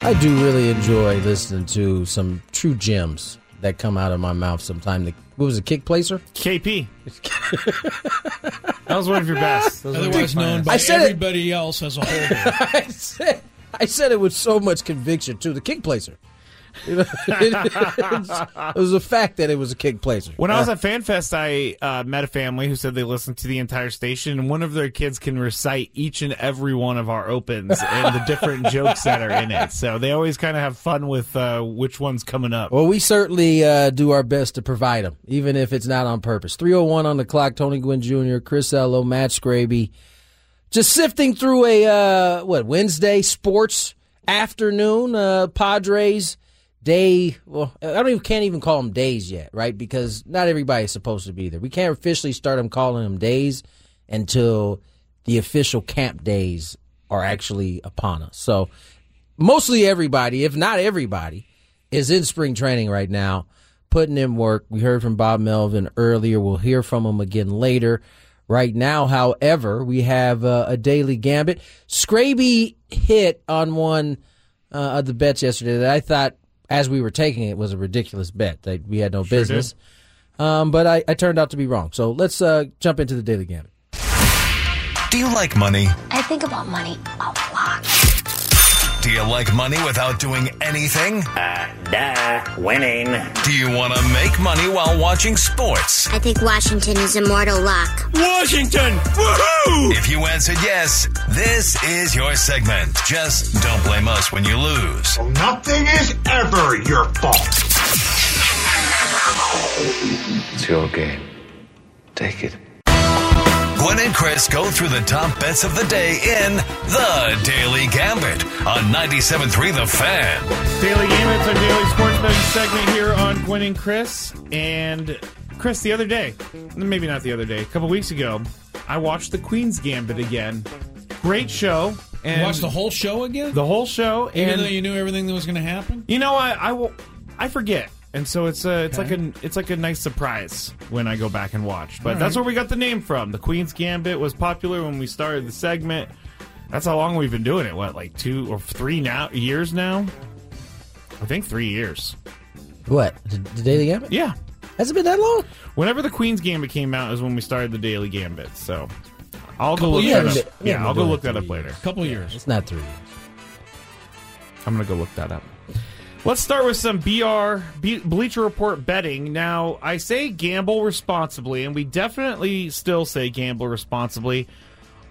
I do really enjoy listening to some true gems that come out of my mouth sometime. The, what was it, kick placer? KP. that was one of your best. That was one of your Otherwise known finest. by I said it- everybody else as a holder. I said, I said it with so much conviction too. The kick placer. You know, it was a fact that it was a kick placer. When I was at FanFest, I uh, met a family who said they listened to the entire station, and one of their kids can recite each and every one of our opens and the different jokes that are in it. So they always kind of have fun with uh, which one's coming up. Well, we certainly uh, do our best to provide them, even if it's not on purpose. 301 on the clock, Tony Gwynn Jr., Chris Ello, Matt Scraby. Just sifting through a, uh, what, Wednesday sports afternoon, uh, Padres day. Well, I don't even, can't even call them days yet, right? Because not everybody's supposed to be there. We can't officially start them calling them days until the official camp days are actually upon us. So mostly everybody, if not everybody, is in spring training right now, putting in work. We heard from Bob Melvin earlier. We'll hear from him again later. Right now, however, we have uh, a daily gambit. Scraby hit on one uh, of the bets yesterday that I thought, as we were taking it, was a ridiculous bet that we had no business. Um, but I, I turned out to be wrong. So let's uh, jump into the daily gambit. Do you like money? I think about money a lot. Do you like money without doing anything? Duh, winning. Do you want to make money while watching sports? I think Washington is immortal luck. Washington! Woohoo! If you answered yes, this is your segment. Just don't blame us when you lose. Nothing is ever your fault. It's your game. Take it. Gwen and Chris go through the top bets of the day in The Daily Gambit on 97.3 The Fan. Daily Game, it's our daily sports betting segment here on Gwen and Chris. And Chris, the other day, maybe not the other day, a couple weeks ago, I watched The Queen's Gambit again. Great show. And You watched the whole show again? the whole show. Even and though you knew everything that was going to happen? You know, I I, will, I forget, and so it's uh, it's like an it's like a nice surprise when I go back and watch. But that's where we got the name from. The Queen's Gambit was popular when we started the segment. That's how long we've been doing it. What, like two or three now years now? I think three years. What? The, the daily gambit? Yeah. Has it been that long? Whenever the Queen's Gambit came out is when we started the Daily Gambit. So I'll go look years. that up. We haven't Yeah, I'll been go doing look it that up later. couple years. It's not three years. I'm gonna go look that up. Let's start with some BR Be- Bleacher Report betting. Now, I say gamble responsibly, and we definitely still say gamble responsibly.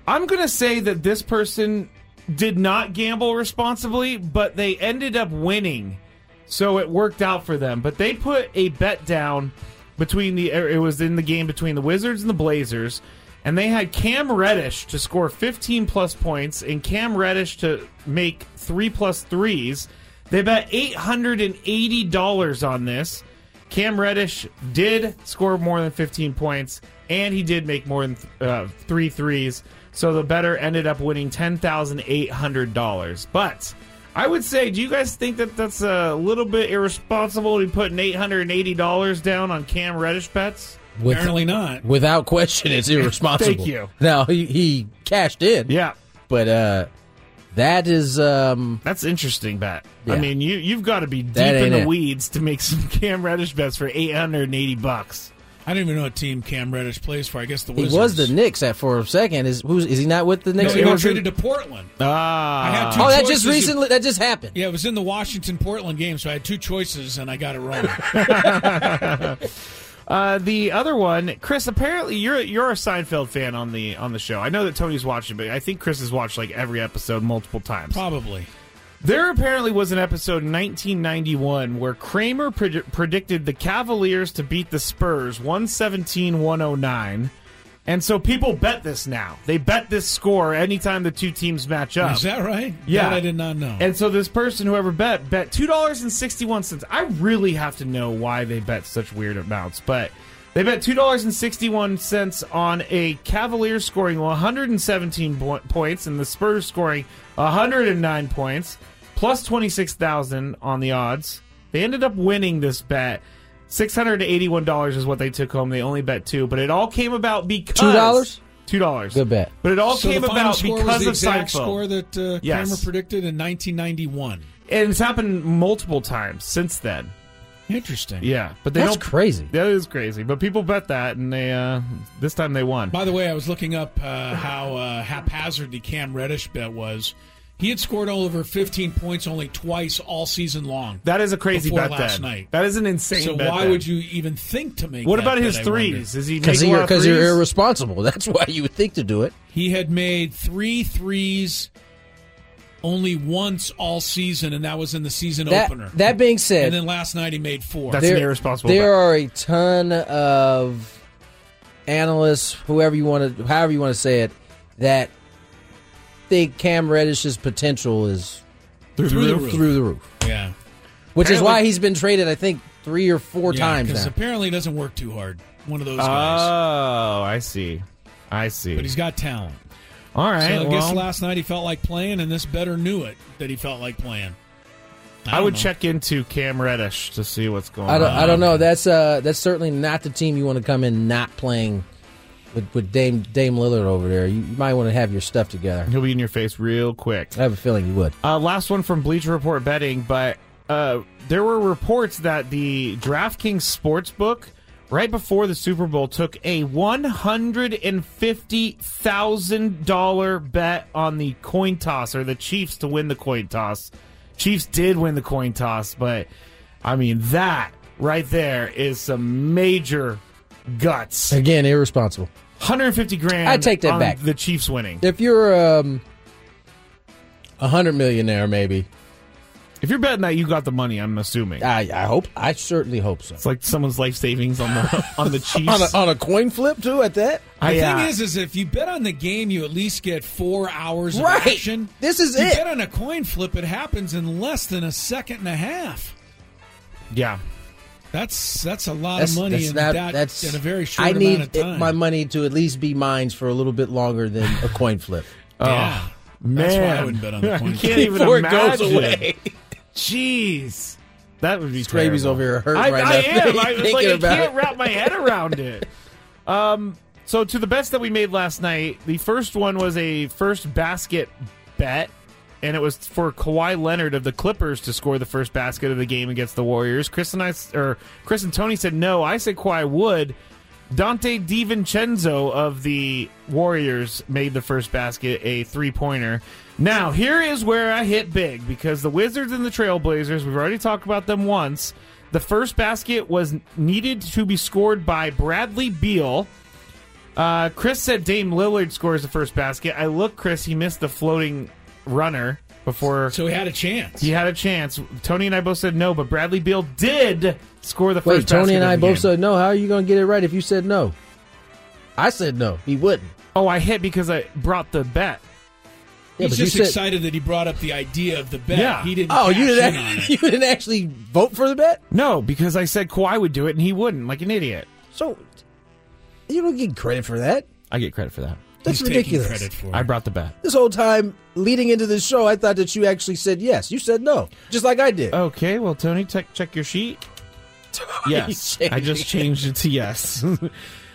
I'm gonna say that this person did not gamble responsibly, but they ended up winning, so it worked out for them. But they put a bet down between the er, it was in the game between the Wizards and the Blazers, and they had Cam Reddish to score 15 plus points and Cam Reddish to make three plus threes. They bet $880 on this. Cam Reddish did score more than 15 points, and he did make more than th- uh, three threes. So the better ended up winning $10,800. But I would say, do you guys think that that's a little bit irresponsible to be putting $880 down on Cam Reddish bets? With- Apparently not. Without question, it's irresponsible. Thank you. Now he, he cashed in. Yeah. but uh, that is um, That's interesting bet. I Yeah. mean, you you've got to be deep That in ain't the it. weeds to make some Cam Reddish bets for 880 bucks. I don't even know what team Cam Reddish plays for. I guess the he Wizards. was the Knicks at for a second. Is who's is he not with the No, Knicks? he anymore? got traded to Portland. Ah. I had two oh, that choices. just recently that just happened. Yeah, it was in the Washington Portland game, so I had two choices and I got it wrong. Uh, the other one, Chris. Apparently, you're you're a Seinfeld fan on the on the show. I know that Tony's watching, but I think Chris has watched like every episode multiple times. Probably. There apparently was an episode in 1991 where Kramer pred- predicted the Cavaliers to beat the Spurs 117 109. And so people bet this now. They bet this score anytime the two teams match up. Is that right? Yeah. That I did not know. And so this person, whoever bet, bet two dollars and sixty-one cents. I really have to know why they bet such weird amounts, but they bet two dollars and sixty-one cents on a Cavaliers scoring one hundred and seventeen po- points and the Spurs scoring one hundred and nine points, plus twenty-six thousand on the odds. They ended up winning this bet. Six hundred and eighty-one dollars is what they took home. They only bet two, but it all came about because $2? Two dollars. Good bet. But it all so came the final about score because was the of Seinfeld. exact score that uh, Yes. Kramer predicted in 1991. and it's happened multiple times since then. Interesting. Yeah, but they That's don't. crazy. That is crazy. But people bet that, and they uh, this time they won. By the way, I was looking up uh, how uh, haphazard the Cam Reddish bet was. He had scored over 15 points only twice all season long. That is a crazy Before bet. last then. night. That is an insane. so bet why then. would you even think to make? What that about bet, his I threes? wonder? Is he Because making a lot you're, of 'cause you're threes? irresponsible. That's why you would think to do it. He had made three threes only once all season, and that was in the season That, opener. that being said, and then last night he made four. That's an irresponsible. There bet. are a ton of analysts, whoever you want to, however you want to say it, that think Cam Reddish's potential is through, the roof. through the roof, Yeah, which is Apparently- why he's been traded. I think three or four times because now. apparently he doesn't work too hard. One of those guys, Oh, I see. I see. but he's got talent. All right. So I guess well, last night he felt like playing, and this better knew it that he felt like playing. I, would don't know. check into Cam Reddish to see what's going I don't, on. I don't know. That's uh, that's certainly not the team you want to come in not playing with, with Dame Dame Lillard over there. You, you might want to have your stuff together. He'll be in your face real quick. I have a feeling you would. Uh, last one from Bleacher Report betting, but uh, there were reports that the DraftKings Sportsbook right before the Super Bowl took a one hundred and fifty thousand dollar bet on the coin toss or the Chiefs to win the coin toss. Chiefs did win the coin toss, but I mean that right there is some major guts. Again, irresponsible. 150 grand. I take that on back. The Chiefs winning. If you're um, a hundred millionaire, maybe If you're betting that, you got the money. I'm assuming. I, I hope. I certainly hope so. It's like someone's life savings on the on the Chiefs. On a, oh. on a coin flip too, at that. I, The uh, thing is, is if you bet on the game, you at least get four hours of Right. action. This is you it. bet on a coin flip, it happens in less than a second and a half. yeah, That's that's a lot of money in that in a very short I need amount of it- time. my money to at least be mine for a little bit longer than a coin flip. Oh. yeah. man, That's why I wouldn't bet on the coin You flip. can't even Before it imagine. goes away. Jeez, that would be Scraby's terrible. over here hurt I, right I now. am. I, was Thinking like, I about can't it. wrap my head around it. Um, so to the bets that we made last night, the first one was a first basket bet. And it was for Kawhi Leonard of the Clippers to score the first basket of the game against the Warriors. Chris and I, s- or Chris and Tony said no. I said Kawhi would. Dante DiVincenzo of the Warriors made the first basket, a three pointer. Now, here is where I hit big because the Wizards and the Trailblazers, we've already talked about them once. The first basket was needed to be scored by Bradley Beal. Uh, Chris said Dame Lillard scores the first basket. I look, Chris, he missed the floating runner before So he had a chance. he had a chance. Tony and I both said no, but Bradley Beal did score the first Wait, Tony basket and of I the both game. said no. How are you going to get it right if you said no? I said no. He wouldn't. Oh, I hit because I brought the bet. Yeah, He's but you just said- excited that he brought up the idea of the bet. Yeah. He didn't. Oh, you cash didn't. in on act- it. You didn't actually vote for the bet. No, because I said Kawhi would do it and he wouldn't, like an idiot. So you don't get credit for that. I get credit for that. That's He's taking ridiculous. credit for it. I brought the bet. This whole time leading into this show, I thought that you actually said yes. You said no, just like I did. Okay, well, Tony, check check your sheet. Yes, I just changed it to yes.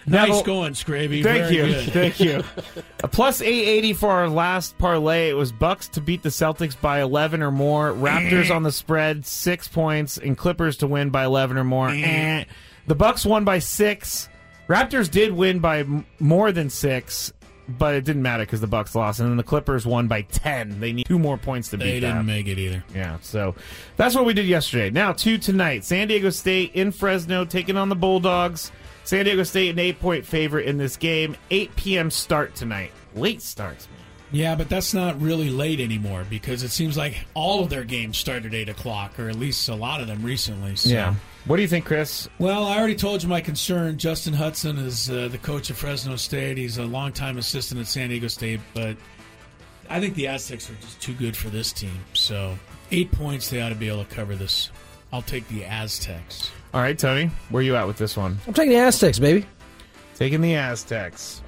Now nice the- going, Scraby. Thank Very you, good. thank you. A plus eight eighty for our last parlay. It was Bucks to beat the Celtics by eleven or more. Raptors on the spread six points, and Clippers to win by eleven or more. Eh. the Bucks won by six. Raptors did win by m- more than six, but it didn't matter because the Bucks lost, and then the Clippers won by ten. They need two more points to They beat them. didn't make it either. Yeah, so that's what we did yesterday. Now to tonight, San Diego State in Fresno taking on the Bulldogs. San Diego State an eight point favorite in this game. Eight p.m. start tonight. Late starts. Man. Yeah, but that's not really late anymore because it seems like all of their games start at eight o'clock, or at least a lot of them recently. So. What do you think, Chris? Well, I already told you my concern. Justin Hudson is uh, the coach of Fresno State. He's a longtime assistant at San Diego State, but I think the Aztecs are just too good for this team. So eight points, they ought to be able to cover this. I'll take the Aztecs. All right, Tony, where you at with this one? I'm taking the Aztecs, baby. Taking the Aztecs.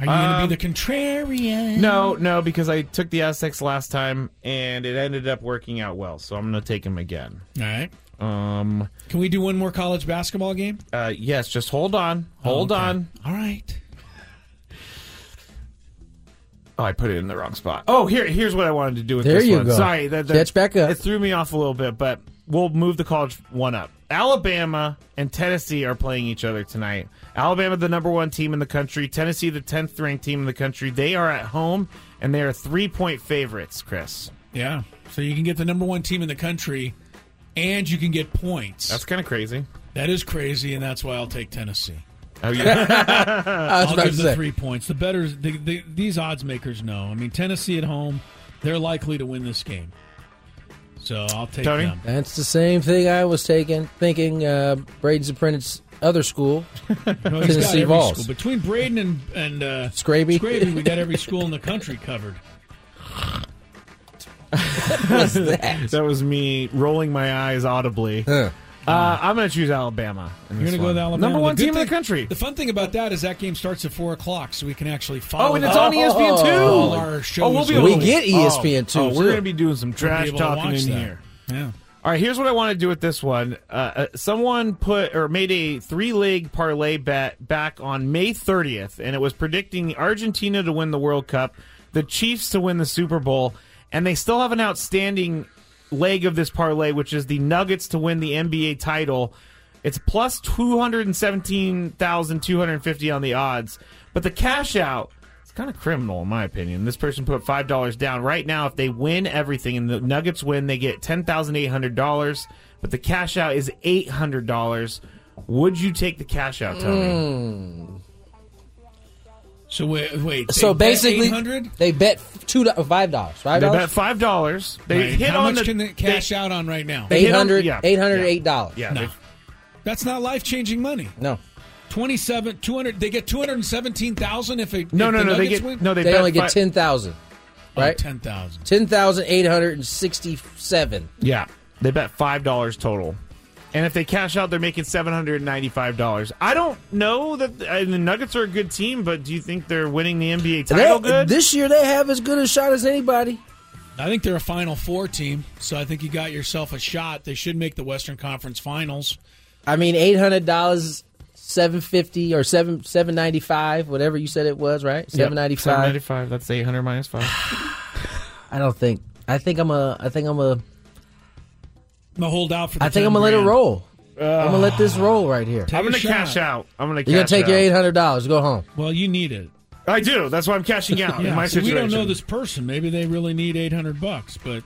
Are you going to be the contrarian? Um, No, no, because I took the Aztecs last time and it ended up working out well, so I'm going to take him again. All right. Um, Can we do one more college basketball game? uh, yes, Oh, just hold on, hold Okay. on. All right. Oh, I put it in the wrong spot. Oh, here, here's what I wanted to do with There this you one. go. Sorry, that, that- Catch back up. It threw me off a little bit, but we'll move the college one up. Alabama and Tennessee are playing each other tonight. Alabama, the number one team in the country. Tennessee, the tenth ranked team in the country. They are at home and they are three point favorites. Chris, Yeah. So you can get the number one team in the country, and you can get points. that's kind of crazy. That is crazy, and that's why I'll take Tennessee. Oh yeah, I was I'll about to give the say. three points. The better the, the, these odds makers know. I mean, Tennessee at home, they're likely to win this game. So I'll take Tony? them. That's the same thing I was taking, thinking uh, Braden's apprentice other school. No, he's got Tennessee every Vols. school. Between Braden and and uh, Scraby? Scraby, we got every school in the country covered. that was me rolling my eyes audibly. Huh. Uh, I'm going to choose Alabama. in You're this going to go one. with Alabama. Number one good team in the thing- country. The fun thing about that is that game starts at four o'clock, so we can actually follow. Oh, and it's that. on ESPN too. All our shows are- We get ESPN too, Oh, E too. we're going to be doing some trash able to talking watch in that. here. Yeah. All right, here's what I want to do with this one. Uh, uh, someone put or made a three leg parlay bet back on May 30th, and it was predicting Argentina to win the World Cup, the Chiefs to win the Super Bowl, and they still have an outstanding leg of this parlay, which is the Nuggets to win the NBA title. It's plus 217,250 on the odds, but the cash out it's kind of criminal, in my opinion. This person put five dollars down. Right now, if they win everything and the Nuggets win, they get ten thousand eight hundred dollars. But the cash out is eight hundred dollars. Would you take the cash out, Tony? So wait, wait. So basically, 800? they bet two, do- five dollars, five They bet dollars, five dollars. They Right. hit How on much the can they cash out on right now? they eight hit on- hundred, yeah, eight hundred, yeah. eight dollars. Yeah, No. they- That's not life changing money. No, 27 200 they get 217,000 if, it- no, if no, the no. They Nuggets get win? no. They, they bet only get five- ten thousand, Oh, right? 10,000. Ten thousand eight hundred and sixty-seven. Yeah, they bet five dollars total, and if they cash out, they're making seven hundred and ninety-five dollars. I don't know that uh, the Nuggets are a good team, but do you think they're winning the NBA title? They- good. This year they have as good a shot as anybody. I think they're a final 4 team, so I think you got yourself a shot. They should make the Western Conference Finals. I mean, eight hundred dollars, seven fifty or seven seven ninety-five, whatever you said it was, right? Seven Seven ninety-five. ninety-five. That's eight hundred minus five. I don't think. I think I'm a. I think I'm a. I'm going to hold out for the I think 10 I'm gonna let it grand. roll. I'm gonna let this roll right here. Take I'm a gonna shot. cash out. I'm gonna. You're gonna cash take your out. eight hundred dollars. Go home. Well, you need it. I do. That's why I'm cashing out in Yeah, my so we situation. don't know this person. Maybe they really need 800 bucks, but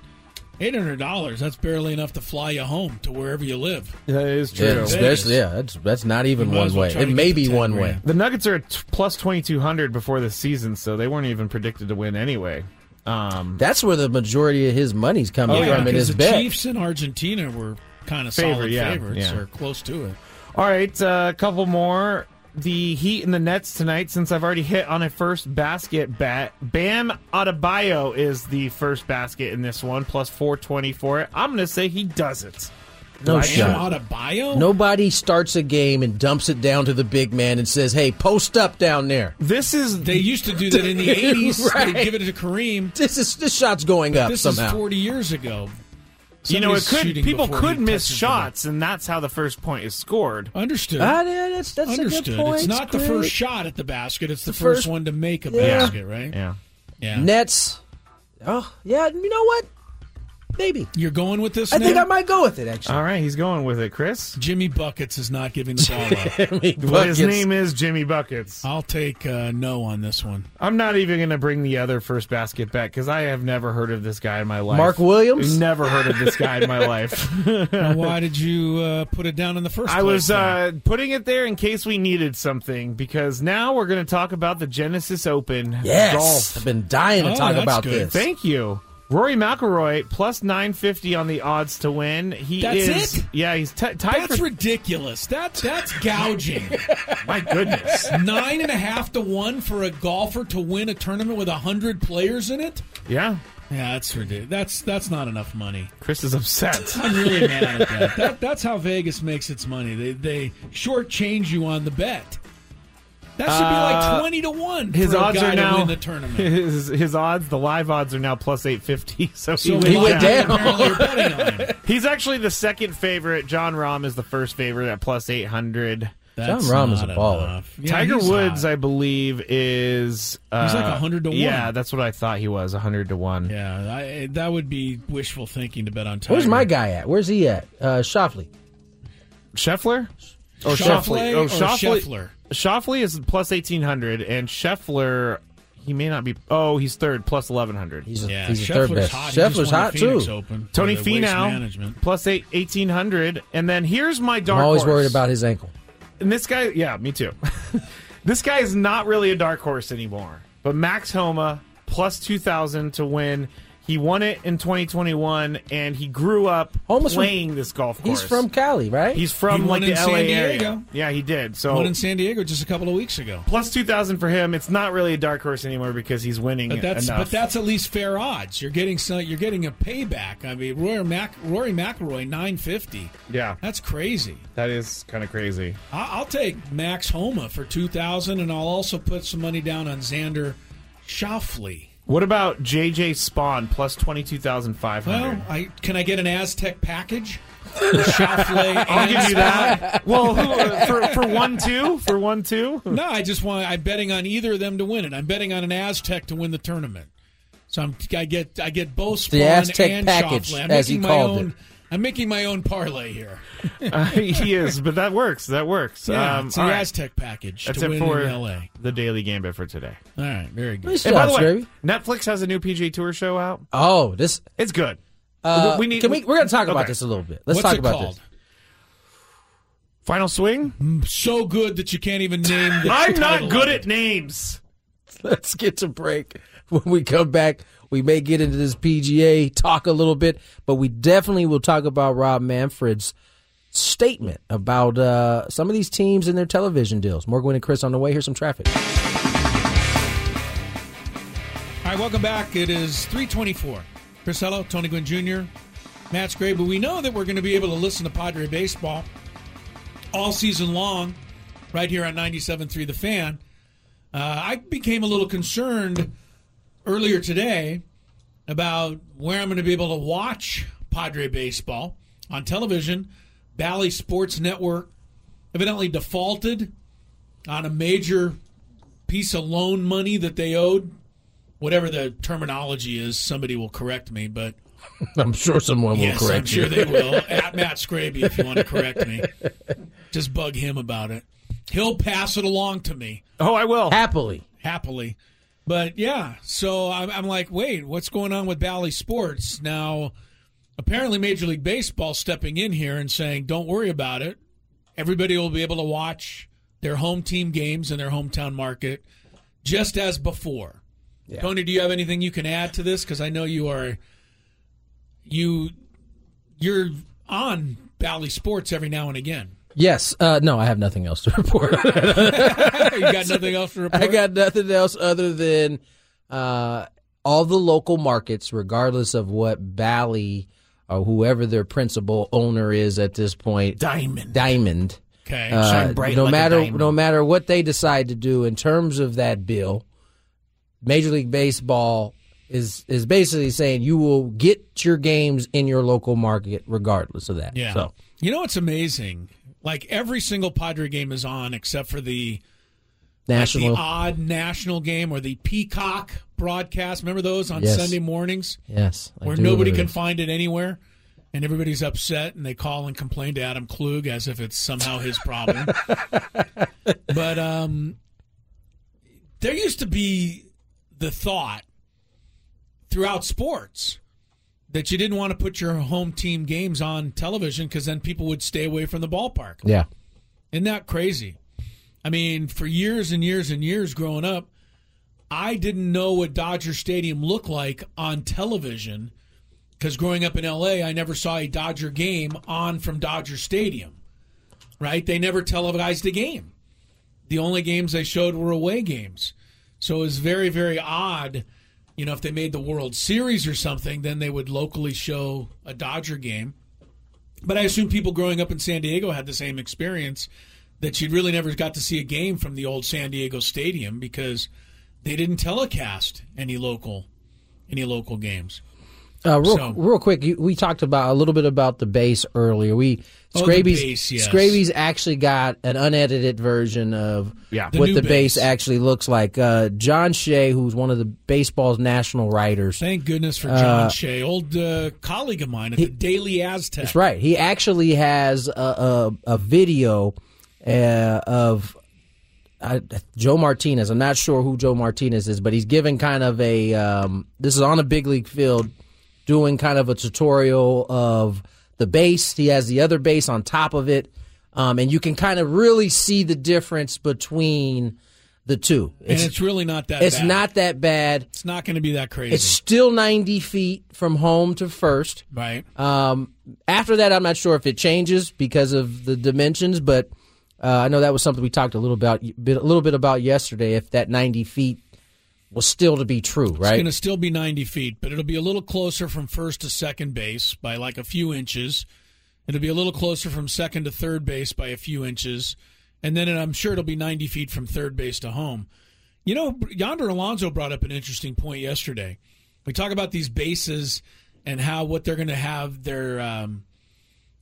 $800 that's barely enough to fly you home to wherever you live. That is true. Yeah, Vegas. especially yeah. That's that's not even You might one as well way. try It to get may the be 10 one way. grand. The Nuggets are at t- plus 2,200 before the season, so they weren't even predicted to win anyway. Um, That's where the majority of his money's coming Oh, yeah, from in because his the bet. Chiefs and Argentina were kind of Favor, solid yeah, favorites yeah. or close to it. all right, uh, a couple more. The Heat and the Nets tonight, since I've already hit on a first basket bet. Bam Adebayo is the first basket in this one, plus 420 for it. I'm going to say he does it. no I am shot. Bam Adebayo? Nobody starts a game and dumps it down to the big man and says, "Hey, post up down there." This is They used to do that in the 80s. Right. They'd give it to Kareem. This is this shot's going up This somehow. is 40 years ago. you know it Somebody's could shooting people before could he miss touches the shots, and that's how the first point is scored. ball. Understood. Ah, yeah, that's that's a good Understood. point. It's not the Great. first shot at the basket. It's the, The first, first- one to make a Yeah. basket, right? Yeah. Yeah. Nets. Oh yeah, you know what? Maybe You're going with this I think now? I might go with it actually. All right, he's going with it, Chris. Jimmy Buckets is not giving the ball up. Well, his name is Jimmy Buckets. I'll take uh, no on this one. I'm not even going to bring the other first basket back because I have never heard of this guy in my life. Mark Williams? Never heard of this guy in my life. Now, why did you uh, put it down in the first I place? was then? uh, putting it there in case we needed something because now we're going to talk about the Genesis Open Yes, golf. I've been dying to Oh, talk that's about good. this. Thank you. Rory McIlroy plus 950 on the odds to win. He That's is it? Yeah, he's t- tied That's for ridiculous. That, that's gouging. my goodness. Nine and a half to one for a golfer to win a tournament with a hundred players in it. Yeah. Yeah, that's ridiculous. That's that's not enough money. Chris is upset. I'm really mad at that. that. That's how Vegas makes its money. They they shortchange you on the bet. That should be Uh, like twenty to one. His for odds a guy are now to win the tournament. His his odds, the live odds are now plus 850. So, So He went a lot of down. people apparently are betting on him. He's actually the second favorite. John Rahm is the first favorite at plus 800. That's John Rahm is not a baller. enough. Yeah, Tiger he's Woods, hot. I believe, is uh, He's like 100 to one. Yeah, that's what I thought he was, hundred to one. yeah, I, that would be wishful thinking to bet on Tiger. Where's my guy at? Where's he at? Uh, Shoffley. Scheffler or Shoffley Shoffley? or Oh, Shoffley. Scheffler? Shoffley is plus eighteen hundred, and Scheffler, he may not be. Oh, he's third, plus eleven hundred. He's a, Yeah, he's a Scheffler's third best. hot. He just Scheffler's won the hot Phoenix too. Open for Tony the waste Finau management. plus eight eighteen hundred, and then here's my dark. I'm always horse. worried about his ankle. And this guy, yeah, me too. this guy is not really a dark horse anymore. But Max Homa plus two thousand to win. He won it in 2021, and he grew up Homa's from- playing this golf course. He's from Cali, right? He's from He like won the in LA San area. Diego. Yeah, he did. One So in San Diego just a couple of weeks ago. plus two thousand for him. It's not really a dark horse anymore because he's winning But that's enough. but that's at least fair odds. You're getting some, you're getting a payback. I mean, Rory, Mac, Rory McIlroy nine fifty. yeah, That's crazy. that is kind of crazy. I, I'll take Max Homa for two thousand, and I'll also put some money down on Xander Shoffley. What about JJ Spawn plus twenty two thousand five Well, hundred? I can I get an Aztec package? With Shoffley. I'll and- give you that. well, who, for for one two for one two. No, I just want. I'm betting on either of them to win it. I'm betting on an Aztec to win the tournament. So I'm, I get I get both Spawn Aztec and package, Shoffley. I'm as he making my called own, it. I'm making my own parlay here. he is, but that works. That works. Yeah, um, it's the all right. Aztec package That's to it win for in L.A. the daily gambit for today. All right, very good. Nice And by job, the way, Scraby. Netflix has a new PGA Tour show out. Oh, this. It's good. Uh, we need. Can we? We're going to talk about Okay. this a little bit. Let's What's talk it about called? this. Final swing. So good that you can't even name. The I'm title not good of at it. names. Let's get to break. When we come back, we may get into this PGA talk a little bit, but we definitely will talk about Rob Manfred's statement about uh, some of these teams and their television deals. More Gwen and Chris on the way. Here's some traffic. All right, welcome back. It is 324. Chris Hello, Tony Gwynn Jr., Matt Gray, but we know that we're going to be able to listen to Padre Baseball all season long right here on 97.3 The Fan. Uh, I became a little concerned earlier today about where I'm going to be able to watch Padre Baseball on television. Bally Sports Network evidently defaulted on a major piece of loan money that they owed whatever the terminology is, somebody will correct me. But I'm sure someone will yes, correct I'm sure you. they will. At Matt Scraby, if you want to correct me, just bug him about it. He'll pass it along to me Oh, I will. Happily. happily. But yeah, so I'm, I'm like, wait, what's going on with Bally Sports now? Apparently, Major League Baseball stepping in here and saying, "Don't worry about it. Everybody will be able to watch their home team games in their hometown market, just as before." Tony, do you have anything you can add to this? Because I know you are you you're on Bally Sports every now and again. Yes. Uh, no, I have nothing else to report. you got nothing else to report? I got nothing else other than uh, all the local markets, regardless of what Bally or whoever their principal owner is at this point, Diamond. Diamond. okay. Uh, bright no like a matter diamond. no matter what they decide to do in terms of that bill, Major League Baseball is is basically saying you will get your games in your local market regardless of that. Yeah. So You know what's amazing? Like every single Padre game is on except for the national, the uh, odd national game or the Peacock broadcast. Remember those on Yes. Sunday mornings yes, I where do nobody remember can this. find it anywhere? And everybody's upset, and they call and complain to Adam Klug as if it's somehow his problem. but um, there used to be the thought throughout sports that you didn't want to put your home team games on television because then people would stay away from the ballpark. Yeah. Isn't that crazy? I mean, for years and years and years growing up, I didn't know what Dodger Stadium looked like on television because growing up in LA, I never saw a Dodger game on from Dodger Stadium, right? They never televised a game. The only games they showed were away games. So it was very, very odd. You know, if they made the World Series or something, then they would locally show a Dodger game. But I assume people growing up in San Diego had the same experience that you really never got to see a game from the old San Diego stadium because they didn't telecast any local any local games. Uh, real, So- real quick, you, we talked about a little bit about the base earlier. We Oh, the Scraby's base, yes. Scraby's actually got an unedited version of Yeah. The what new the base. base. actually looks like. Uh, John Shea, who's one of the baseball's national writers, Thank goodness for John Shea, old uh, colleague of mine at the Daily Aztec. That's right. He actually has a a, a video uh, of uh, Joe Martinez. I'm not sure who Joe Martinez is, but he's giving kind of a um, this is on a big league field, doing kind of a tutorial of the base. He has the other base on top of it, um, and you can kind of really see the difference between the two. and It's it's really not that. it's bad. not that bad. It's not going to be that crazy, It's still 90 feet from home to first. right? Um, after that, I'm not sure if it changes because of the dimensions, but uh, I know that was something we talked a little about, bit, a little bit about yesterday. If that 90 feet was still to be true, It's right? going to still be 90 feet, but it'll be a little closer from first to second base by like a few inches. It'll be a little closer from second to third base by a few inches. And then I'm sure it'll be 90 feet from third base to home. You know, Yonder Alonso brought up an interesting point yesterday. We talk about these bases and how what they're going to have their um,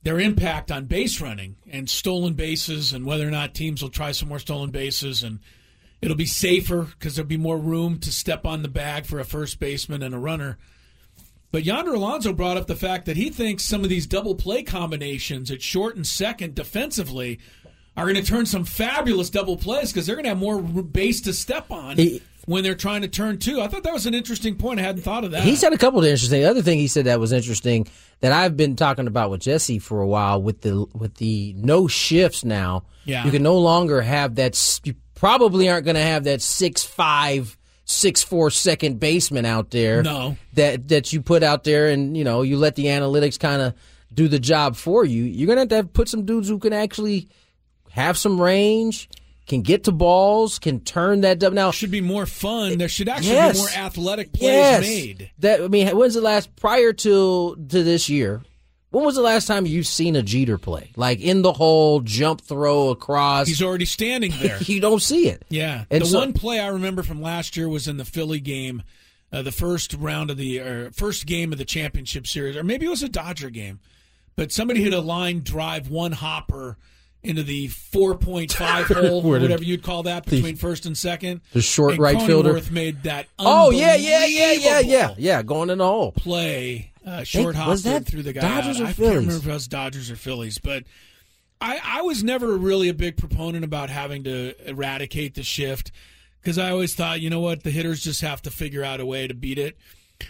their impact on base running and stolen bases and whether or not teams will try some more stolen bases and It'll be safer because there'll be more room to step on the bag for a first baseman and a runner. But Yonder Alonso brought up the fact that he thinks some of these double play combinations at short and second defensively are going to turn some fabulous double plays because they're going to have more r- base to step on He- when they're trying to turn two. I thought that was an interesting point. I hadn't thought of that. He said a couple of interesting. The other thing he said that was interesting that I've been talking about with Jesse for a while with the with the no shifts now. Yeah. you can no longer have that. s- You probably aren't going to have that six five six four second baseman out there. No. that that you put out there, and you know you let the analytics kind of do the job for you. You're going to have to have, put some dudes who can actually have some range. Can get to balls, can turn that double. Now, should be more fun. There should actually Yes. be more athletic plays made. that I mean, when's the last prior to to this year? When was the last time you've seen a Jeter play like in the hole, jump throw across? He's already standing there. you don't see it. Yeah. And the so- one play I remember from last year was in the Philly game, uh, the first round of the or first game of the championship series, or maybe it was a Dodger game, but somebody hit a line drive one hopper into the 4.5 hole, Where did- whatever you'd call that, between first and second. The short And right fielder. Cronenworth made that. Oh yeah, yeah, yeah, yeah, yeah, unbelievable yeah. Going in the hole. play uh, short Think- hop was that through the guy. Dodgers out. or I Phillies? can't remember if it was Dodgers or Phillies, but I, I was never really a big proponent about having to eradicate the shift because I always thought, you know what, the hitters just have to figure out a way to beat it.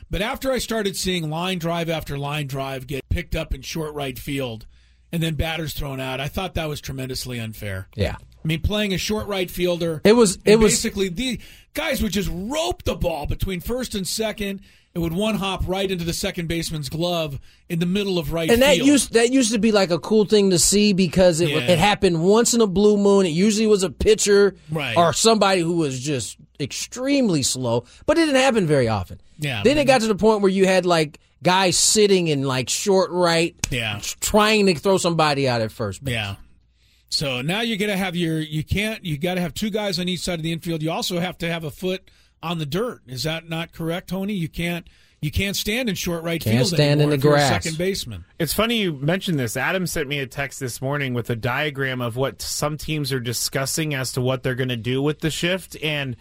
But after I started seeing line drive after line drive get picked up in short right field and then batters thrown out, I thought that was tremendously unfair. Yeah. I mean, playing a short right fielder. It was- and it was- basically the guys would just rope the ball between first and second. It would one hop right into the second baseman's glove in the middle of right And that field. used that used to be like a cool thing to see because it wa- Yeah. it happened once in a blue moon. It usually was a pitcher Right. or somebody who was just extremely slow, but it didn't happen very often. Yeah. Then it got to the point where you had like guys sitting in like short right, Yeah. trying to throw somebody out at first. base. yeah. So now you're gonna have your you can't you got to have two guys on each side of the infield. You also have to have a foot on the dirt. Is that not correct, Tony? You can't you can't stand in short right Can't field. stand anymore in the if you're a grass. Second baseman. It's funny you mentioned this. Adam sent me a text this morning with a diagram of what some teams are discussing as to what they're going to do with the shift, and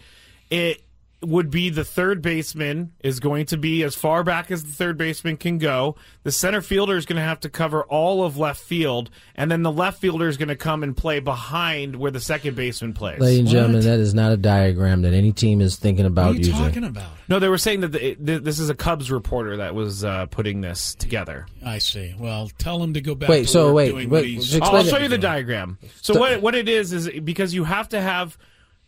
it would be the third baseman is going to be as far back as the third baseman can go. The center fielder is going to have to cover all of left field, and then the left fielder is going to come and play behind where the second baseman plays. Ladies and gentlemen, that is not a diagram that any team is thinking What about are you using. talking about? No, they were saying that the, th this is a Cubs reporter that was uh, putting this together. I see. Well, tell him to go back. Wait, to so work wait, doing wait, what he's- ex- Oh, I'll Explain show it. you the diagram. So what what it is is because you have to have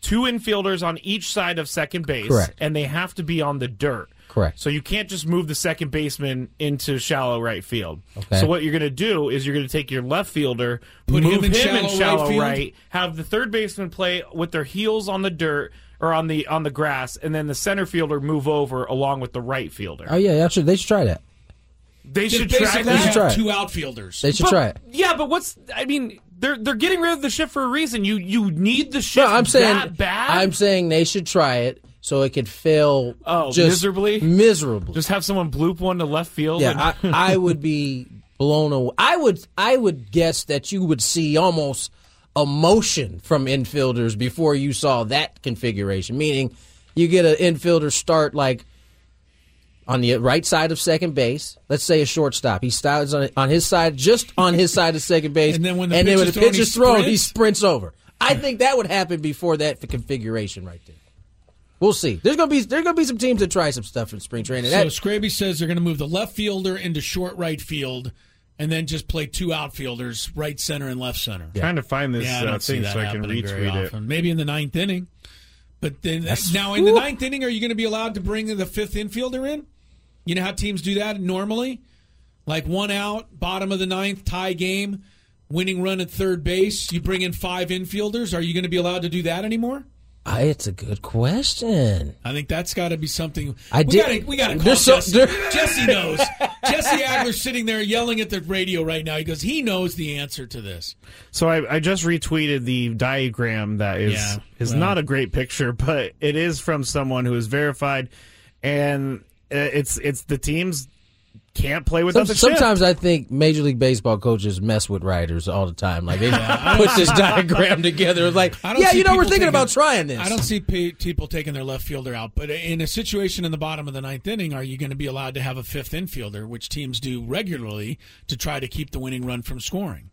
two infielders on each side of second base, Correct. and they have to be on the dirt. Correct. So you can't just move the second baseman into shallow right field. Okay. So what you're going to do is you're going to take your left fielder, Put move him in shallow right field? have the third baseman play with their heels on the dirt or on the on the grass, and then the center fielder move over along with the right fielder. Oh yeah, actually, they should try that. they Just should try basically that. should have try it. two outfielders. They should But- try it. Yeah, but what's I mean, they're they're getting rid of the shift for a reason. You you need the shift No, I'm saying that bad. I'm saying they should try it so it could fail. Oh, just miserably? Miserably. just have someone bloop one to left field. yeah, and- I, I would be blown away. I would I would guess that you would see almost emotion from infielders before you saw that configuration. Meaning, you get an infielder start like on the right side of second base. Let's say a shortstop. He starts on, on his side, just on his side of second base. And then when the pitch is thrown, pitch he is thrown, he sprints? sprints over. I think that would happen before that configuration right there. We'll see. There's gonna be there's gonna be some teams that try some stuff in spring training. So That- Scraby says they're going to move the left fielder into short right field, and then just play two outfielders, right center and left center. Trying to find this Yeah, I uh, don't see thing that so I can happening very retweet it. often. Maybe in the ninth inning, but then uh, now in the Woo. ninth inning, are you going to be allowed to bring the fifth infielder in? You know how teams do that normally, like one out, bottom of the ninth, tie game, winning run at third base. You bring in five infielders. Are you going to be allowed to do that anymore? Ah, it's a good question. I think that's got to be something. I we did- Gotta, we got to call There's so- Jesse. there- Jesse knows. Jesse Adler's sitting there yelling at the radio right now. He goes, he knows the answer to this. So I, I just retweeted the diagram that is Yeah, is well. not a great picture, but it is from someone who is verified, and uh, it's it's the teams can't play without Some- the chip. sometimes I think Major League Baseball coaches mess with writers all the time. Like they put this diagram together. It's like, I don't yeah, see you know, we're people thinking taking- about trying this. I don't see pe- people taking their left fielder out, but in a situation in the bottom of the ninth inning, are you going to be allowed to have a fifth infielder, which teams do regularly to try to keep the winning run from scoring?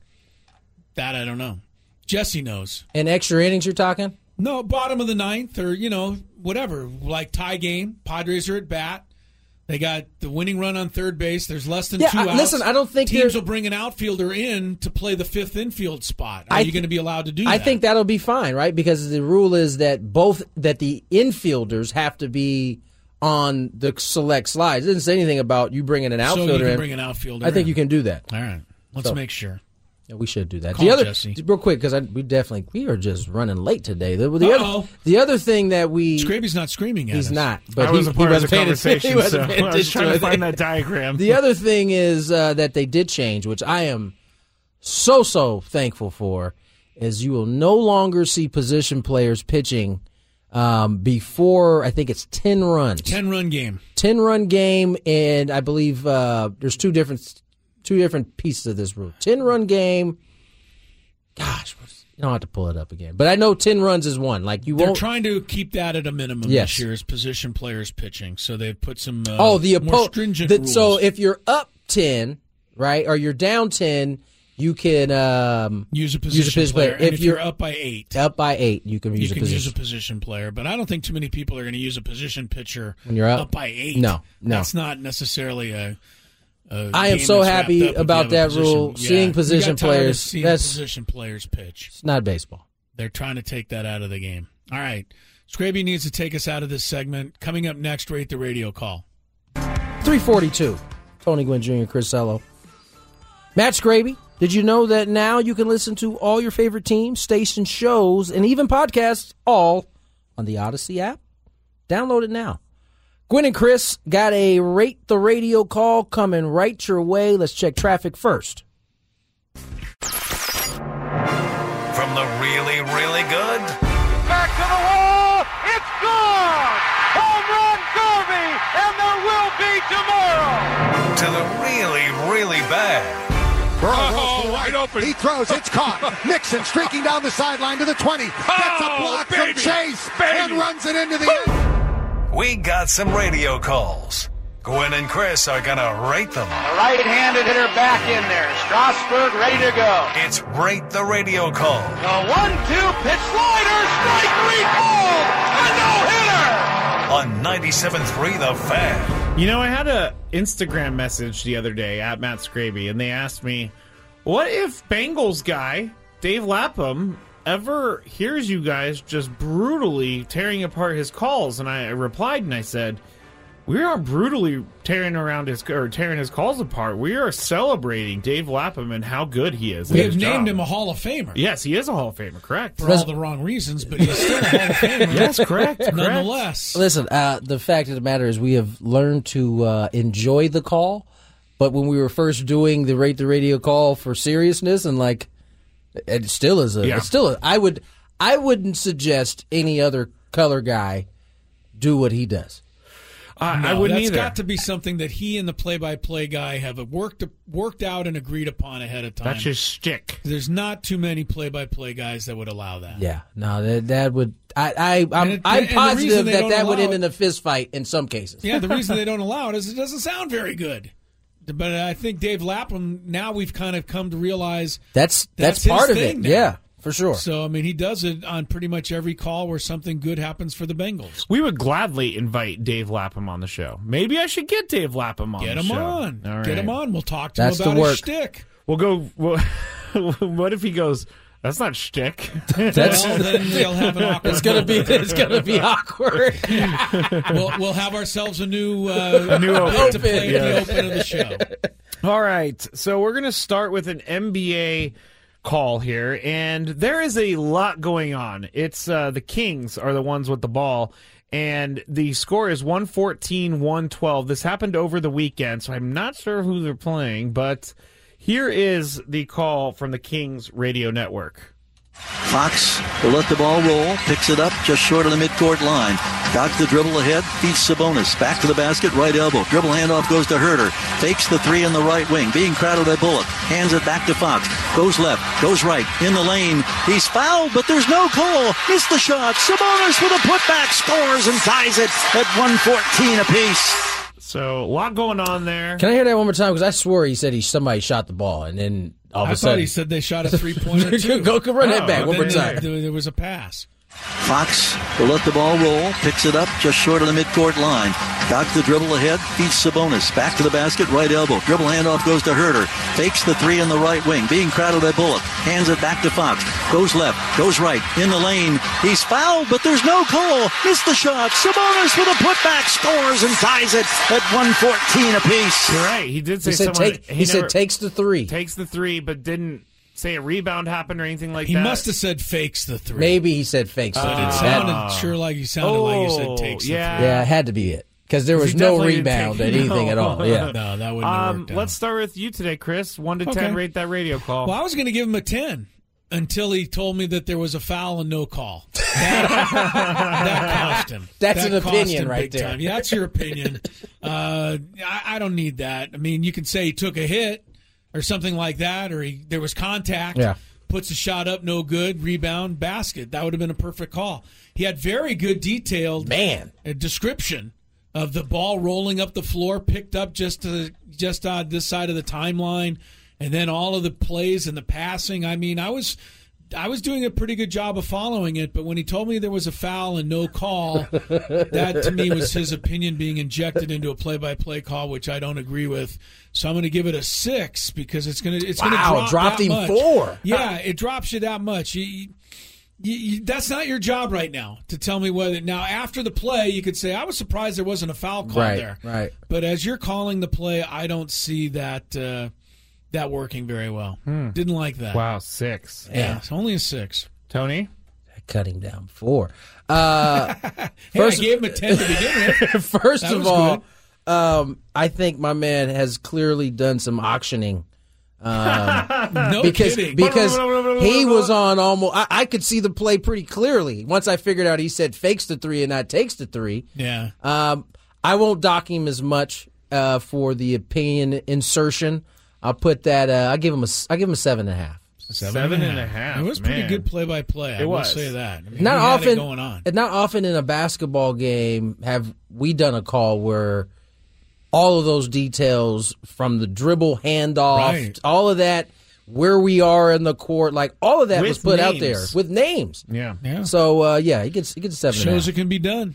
That I don't know. Jesse knows. In extra innings, you're talking. No, bottom of the ninth, or you know, whatever. Like tie game, Padres are at bat. They got the winning run on third base. There's less than Yeah, two I- outs. listen, I don't think teams there's- will bring an outfielder in to play the fifth infield spot. Are I you th- going to be allowed to do I that? think that'll be fine, right? Because the rule is that both that the infielders have to be on the select slides. It didn't say anything about you bringing an so. outfielder You can in. bring an outfielder. I think in. you can do that. All right, let's So- make sure. Yeah, we should do that. Call the other, Jesse. real quick, because we definitely we are just running late today. The, the Uh-oh. other, the other thing that we Scraby's not screaming at he's us. not, but I he, was a he part of the wasn't paying attention- he conversation, so wasn't paying I was attention trying to it. find that diagram. The other thing is uh, that they did change, which I am so so thankful for, is you will no longer see position players pitching um, before I think it's ten runs, Ten run game. ten run game, and I believe uh, there's two different two different pieces of this rule. Ten run game, gosh, what's, you don't have to pull it up again, but I know ten runs is one. Like you They're won't. trying to keep that at a minimum Yes. this year. Is position players pitching? So they've put some uh, Oh, the more opponent. stringent rules. So if you're up ten, right, or you're down ten, you can um, use a position, use a position player. and If if you're, you're- up by eight, up by eight. You can use you a can use position. a position player. But I don't think too many people are going to use a position pitcher When you're up. by eight. No, no. that's not necessarily a. a I am game so that's happy wrapped up if about you have a that rule. Seeing We position got tired of players, seeing that's- position players pitch. it's not baseball. They're trying to take that out of the game. All right, Scraby needs to take us out of this segment. Coming up next, rate the radio call. Three forty-two. Tony Gwynn Jr. Chris Ello. Matt Scraby. Did you know that now you can listen to all your favorite teams, stations, shows, and even podcasts all on the Odyssey app? Download it now. Gwen and Chris got a rate the radio call coming right your way. Let's check traffic first. From the really, really good back to the wall. It's gone. Home run Garvey, and there will be tomorrow. to the really, really bad. Oh, wide open. He throws. It's caught. Nixon streaking down the sideline to the 20. Gets a block from Chase and runs it into the end. We got some radio calls. Gwen and Chris are gonna rate them. Right-handed hitter back in there. Strasburg ready to go. It's rate the radio call. The one-two pitch slider. Strike three cold. A no-hitter. on 97.3 The Fan. You know, I had a Instagram message the other day at Matt Scraby, and they asked me, "What if Bengals guy Dave Lapham ever hears you guys just brutally tearing apart his calls?" And I replied and I said, "We aren't brutally tearing around his or tearing his calls apart. We are celebrating Dave Lapham and how good he is. at We his have named job." him a Hall of Famer Yes, he is a Hall of Famer. Correct. for all the wrong reasons, but he's still a Hall of Famer. Yes, correct. correct. nonetheless. Listen, uh, the fact of the matter is, we have learned to uh, enjoy the call. But when we were first doing the rate the radio call for seriousness and like, it still is a. Yeah. It's still a. I would. I wouldn't suggest any other color guy do what he does. I, I No, wouldn't that's either. got to be something that he and the play-by-play guy have worked worked out and agreed upon ahead of time. That's his shtick. There's not too many play-by-play guys that would allow that. Yeah, no, that, that would. I, I, I'm, And it- I'm and the reason positive they that don't that would allow end it- in a fist fight in some cases. Yeah, the reason they don't allow it is it doesn't sound very good. But I think Dave Lapham. Now we've kind of come to realize. That's that's, That's his part of it. thing now. Yeah, for sure. So I mean, he does it on pretty much every call where something good happens for the Bengals. We would gladly invite Dave Lapham on the show. Maybe I should get Dave Lapham on Get the him show. on. All Get right. him on. We'll talk to That's the him about work. his shtick. We'll go. We'll, what if he goes, that's not shtick? That's Well, then we'll have an awkward. it's gonna be it's gonna be awkward. We'll, we'll have ourselves a new uh, A new bit to open. play in Yeah. the open of the show. All right. So we're going to start with an NBA call here and there is a lot going on. It's uh the Kings are the ones with the ball and the score is 114-112. This happened over the weekend, so I'm not sure who they're playing, but here is the call from the Kings radio network. Fox will let the ball roll, picks it up just short of the midcourt line. Got the dribble ahead, beats Sabonis. Back to the basket, right elbow. Dribble handoff goes to Herder. Fakes the three in the right wing, being crowded by Bullock. Hands it back to Fox. Goes left, goes right, in the lane. He's fouled, but there's no call. Missed the shot. Sabonis with a putback scores and ties it at 114 apiece. So, a lot going on there. Can I hear that one more time? Because I swore he said he somebody shot the ball, and then all of I a thought sudden he said they shot a three-pointer too. go, go run Oh, that back one more Then time. There, there was a pass. Fox will let the ball roll, picks it up just short of the midcourt line. Got the dribble ahead, beats Sabonis. Back to the basket, right elbow. Dribble handoff goes to Herder. Fakes the three in the right wing, being crowded by Bullock. Hands it back to Fox. Goes left, goes right, in the lane. He's fouled, but there's no call. Missed the shot. Sabonis with a putback scores and ties it at 114 apiece. You're right. He did say He said someone take. He, said never- takes the three. takes the 3 but didn't say a rebound happened or anything like He that. must have said fakes the three. Uh, Maybe he said fakes. the But three. it That- sounded sure like you sounded like you said takes the yeah. yeah, it had to be it because there was He no definitely didn't rebound at take- anything No. at all. Yeah. No, that wouldn't have Um, worked out. let's start with you today, Chris. One to ten, Okay. rate that radio call. Well, I was going to give him a 10 until he told me that there was a foul and no call. That, that cost him. That's That an cost opinion him right big there. time. Yeah, that's your opinion. uh, I, I don't need that. I mean, you can say he took a hit or something like that, or he there was contact. Yeah. Puts a shot up, no good. Rebound, basket. That would have been a perfect call. He had very good detailed Man, a description of the ball rolling up the floor, picked up just to, just on this side of the timeline, and then all of the plays and the passing. I mean, I was I was doing a pretty good job of following it, but when he told me there was a foul and no call, that to me was his opinion being injected into a play-by-play call, which I don't agree with. So I'm going to give it a six because it's going to it's Wow, going to drop dropped that him much. four. Yeah, it drops you that much. You- you- you, you, that's not your job right now to tell me whether. Now, after the play, you could say, I was surprised there wasn't a foul call Right, there. right. But as you're calling the play, I don't see that uh, that working very well. Hmm. Didn't like that. wow, six. Yeah, it's only a six. Tony, I cut him down four. Uh, Hey, First- I gave him a 10 to begin with. First That of was all, um, I think my man has clearly done some auctioning No because kidding. because he was on almost. I, I could see the play pretty clearly once I figured out he said fakes the three and not takes the three. yeah. Um, I won't dock him as much uh, for the opinion insertion. I'll put that. Uh, I give him a. s- I give him a seven and a half. seven and a half. It was pretty man. good play by play. I It will was. say that. I mean, Not we had it often going on. Not often in a basketball game have we done a call where all of those details from the dribble handoff, Right. all of that, where we are in the court, like all of that With was put out names. there with names. Yeah. Yeah. So uh, yeah, he gets he gets a seven. and a Shows half. it can be done.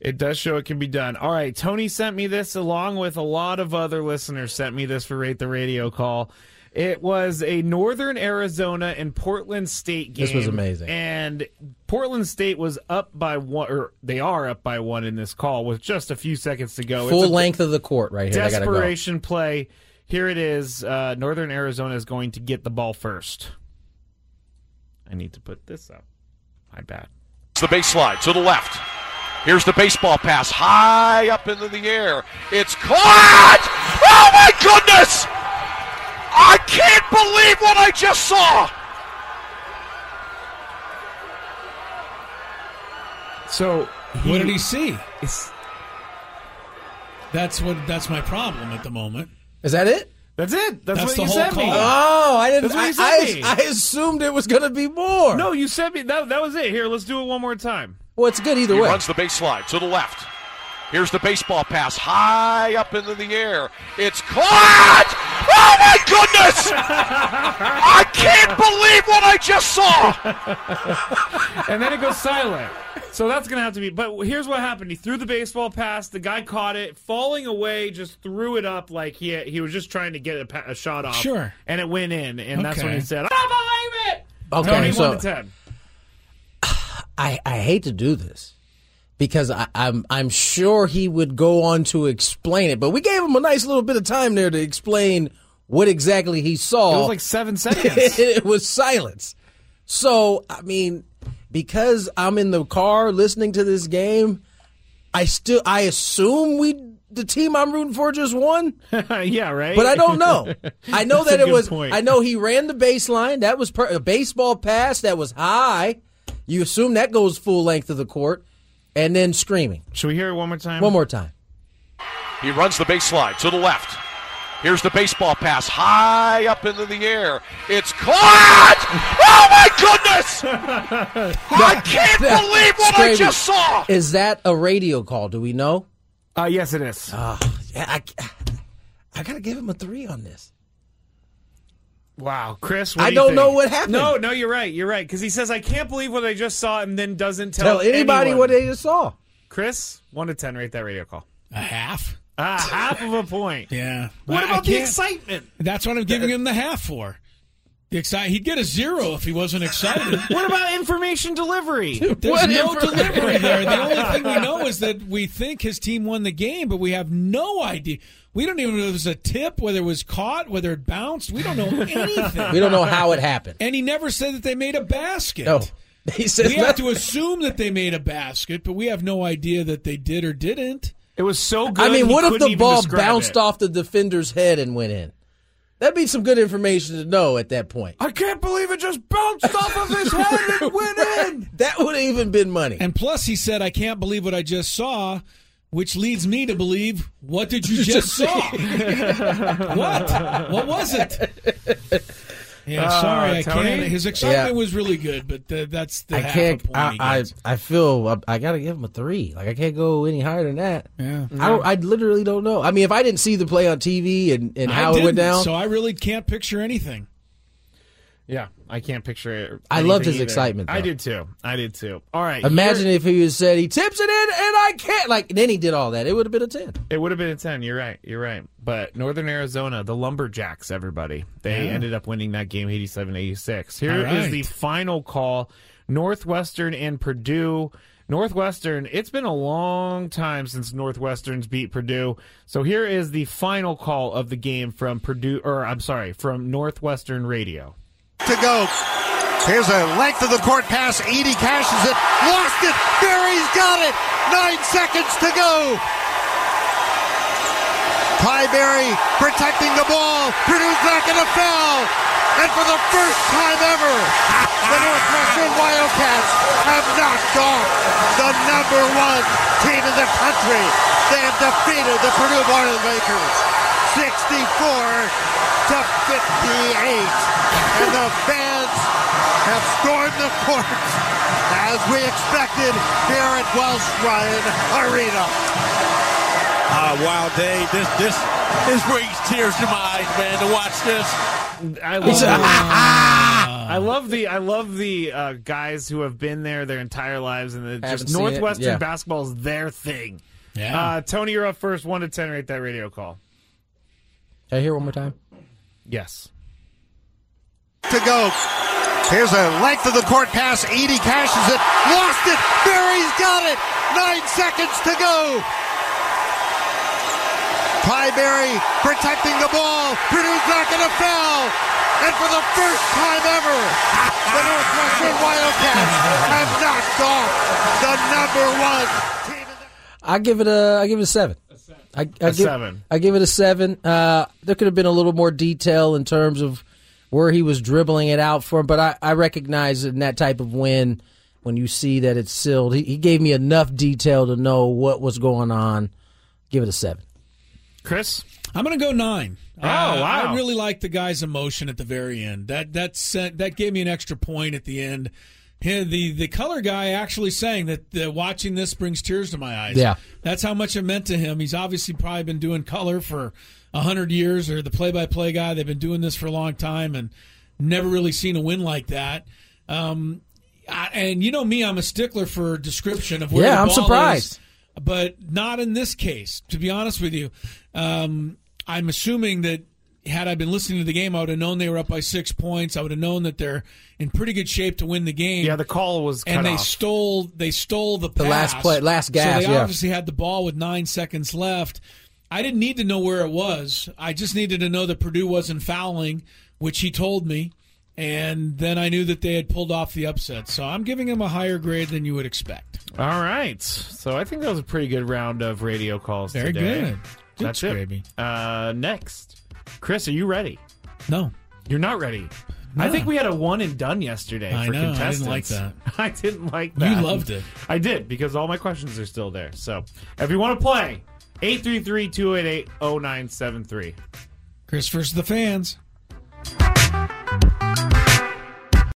it does show it can be done. All right, Tony sent me this along with a lot of other listeners sent me this for rate the radio call. It was a Northern Arizona and Portland State game. This was amazing. And Portland State was up by one, or they are up by one in this call with just a few seconds to go. It's Full a- length of the court right here. I gotta go. desperation play. Here it is. Uh, Northern Arizona is going to get the ball first. I need to put this up. My bad. It's the baseline to the left. Here's the baseball pass high up into the air. It's caught! Oh my goodness! I can't believe what I just saw! So What did he see? It's, That's what. That's my problem at the moment. Is that it? That's it. That's, That's what you the sent whole me. call. Oh, I didn't. That's what I, he sent I- me. I assumed it was going to be more. No, you sent me. That, that was it. Here, let's do it one more time. Well, it's good either He way. runs the baseline to the left. Here's the baseball pass high up into the air. It's caught! Oh my goodness! I can't believe what I just saw! and then it goes silent. So that's going to have to be. But here's what happened: he threw the baseball pass. The guy caught it, falling away, just threw it up like he he was just trying to get a, pa- a shot off. Sure. And it went in, and that's when Okay. he said, "I don't believe it." Okay, Tony, so- one to ten. I, I hate to do this because I, I'm I'm sure he would go on to explain it, but we gave him a nice little bit of time there to explain what exactly he saw. It was like seven seconds. it was silence. So I mean, because I'm in the car listening to this game, I still I assume we the team I'm rooting for just won, Uh, yeah, right. but I don't know. I know That's that it a good was. point. I know he ran the baseline. That was per, a baseball pass. That was high. You assume that goes full length of the court, and then screaming Should we hear it one more time? one more time. He runs the baseline to the left. Here's the baseball pass high up into the air. It's caught! Oh my goodness! I can't believe what I Scraby, just saw! Is that a radio call? Do we know? Uh, yes, it is. Yeah, I, I gotta give him a three on this. wow, Chris. What I do you don't think? know what happened. No, no, you're right. You're right because he says, "I can't believe what I just saw," and then doesn't tell, Tell anybody anyone. what they just saw. Chris, one to ten. Rate that radio call. A half. Ah, half of a point. Yeah. What I- I about the can't- excitement? That's what I'm giving him the half for. The excite. He'd get a zero if he wasn't excited. What about information delivery? There's What no infor- delivery there. The only thing we know is that we think his team won the game, but we have no idea. We don't even know if it was a tip, whether it was caught, whether it bounced. We don't know anything. We don't know how it happened. and he never said that they made a basket. No, he says We have nothing. to assume that they made a basket, but we have no idea that they did or didn't. It was so good. I mean, he what if couldn't the even ball describe bounced it. off the defender's head and went in? That'd be some good information to know at that point. I can't believe it just bounced off of his head and went in. That would have even been money. And plus, he said, "I can't believe what I just saw," which leads me to believe, "What did you just saw? what? What was it?" Yeah, Uh, sorry, I Tony? can't. His excitement Yeah. was really good, but uh, that's the I half can't. A point I, he I gets. I feel I, I gotta give him a three. Like I can't go any higher than that. Yeah. I don't, I literally don't know. I mean, if I didn't see the play on TV and, and I how it went didn't, down, So I really can't picture anything. Yeah, I can't picture it. I loved anything his either. excitement, I though. did too. I did too. All right. imagine here- if he was said he tips it in and I can't. Like then he did all that. It would have been a ten. it would have been a ten. You're right. You're right. But Northern Arizona, the Lumberjacks, everybody, they ended up winning that game, 87-86. Here is All right. the final call: Northwestern and Purdue. Northwestern. It's been a long time since Northwestern's beat Purdue. So here is the final call of the game from Purdue, or I'm sorry, from Northwestern Radio. to go. Here's a length of the court pass. Edie cashes it. Lost it. Barry's got it. Nine seconds to go. Ty Berry protecting the ball. Purdue's not going to foul. And for the first time ever, the Northwestern Wildcats have knocked off the number one team in the country. They have defeated the Purdue Boilermakers 64 to 58. And the fans have stormed the courts as we expected here at Wells Ryan Arena. Ah, wow, Dave. This, this, this brings tears to my eyes, man, to watch this. I love, Oh. I love the I love the uh, guys who have been there their entire lives and the, Haven't just seen it, Northwestern yeah. basketball is their thing. Yeah. Uh, Tony, you're up first. One to ten. Rate that radio call. Can I hear one more time? Yes. to go. Here's a length of the court pass. Edie cashes it. Lost it. Barry's got it. Nine seconds to go. Ty Berry protecting the ball. Purdue's not going to foul. And for the first time ever, the Northwestern Wildcats have knocked off the number one team in the I give it a I give it a seven. I, I give, seven. I give it a seven. Uh, there could have been a little more detail in terms of where he was dribbling it out from, but I, I recognize in that type of win when you see that it's sealed. He, he gave me enough detail to know what was going on. Give it a seven. Chris? I'm going to go nine. Uh, Oh, wow. I really like the guy's emotion at the very end. That that sent, that gave me an extra point at the end. Yeah, the the color guy actually saying that uh, watching this brings tears to my eyes. Yeah. that's how much it meant to him. He's obviously probably been doing color for a hundred years, or the play by play guy. They've been doing this for a long time and never really seen a win like that. Um, I, and you know me, I'm a stickler for description of where. Yeah, the I'm ball surprised. is but not in this case. To be honest with you, um, I'm assuming that had I been listening to the game, I would have known they were up by six points. I would have known that they're in pretty good shape to win the game. Yeah, the call was cut and they off. stole they stole the, The last pass. play- last gasp, So they yeah. obviously had the ball with nine seconds left. I didn't need to know where it was. I just needed to know that Purdue wasn't fouling, which he told me. And then I knew that they had pulled off the upset. So I'm giving him a higher grade than you would expect. All right. So I think that was a pretty good round of radio calls Very today. good. Good, That's it. Scraby. Uh, next. Chris, are you ready? No. You're not ready. I No. think we had a one and done yesterday I for know, I didn't contestants. like that. I didn't like You that. loved it. I did because all my questions are still there. So if you want to play, 833 288 0973. Chris versus the fans.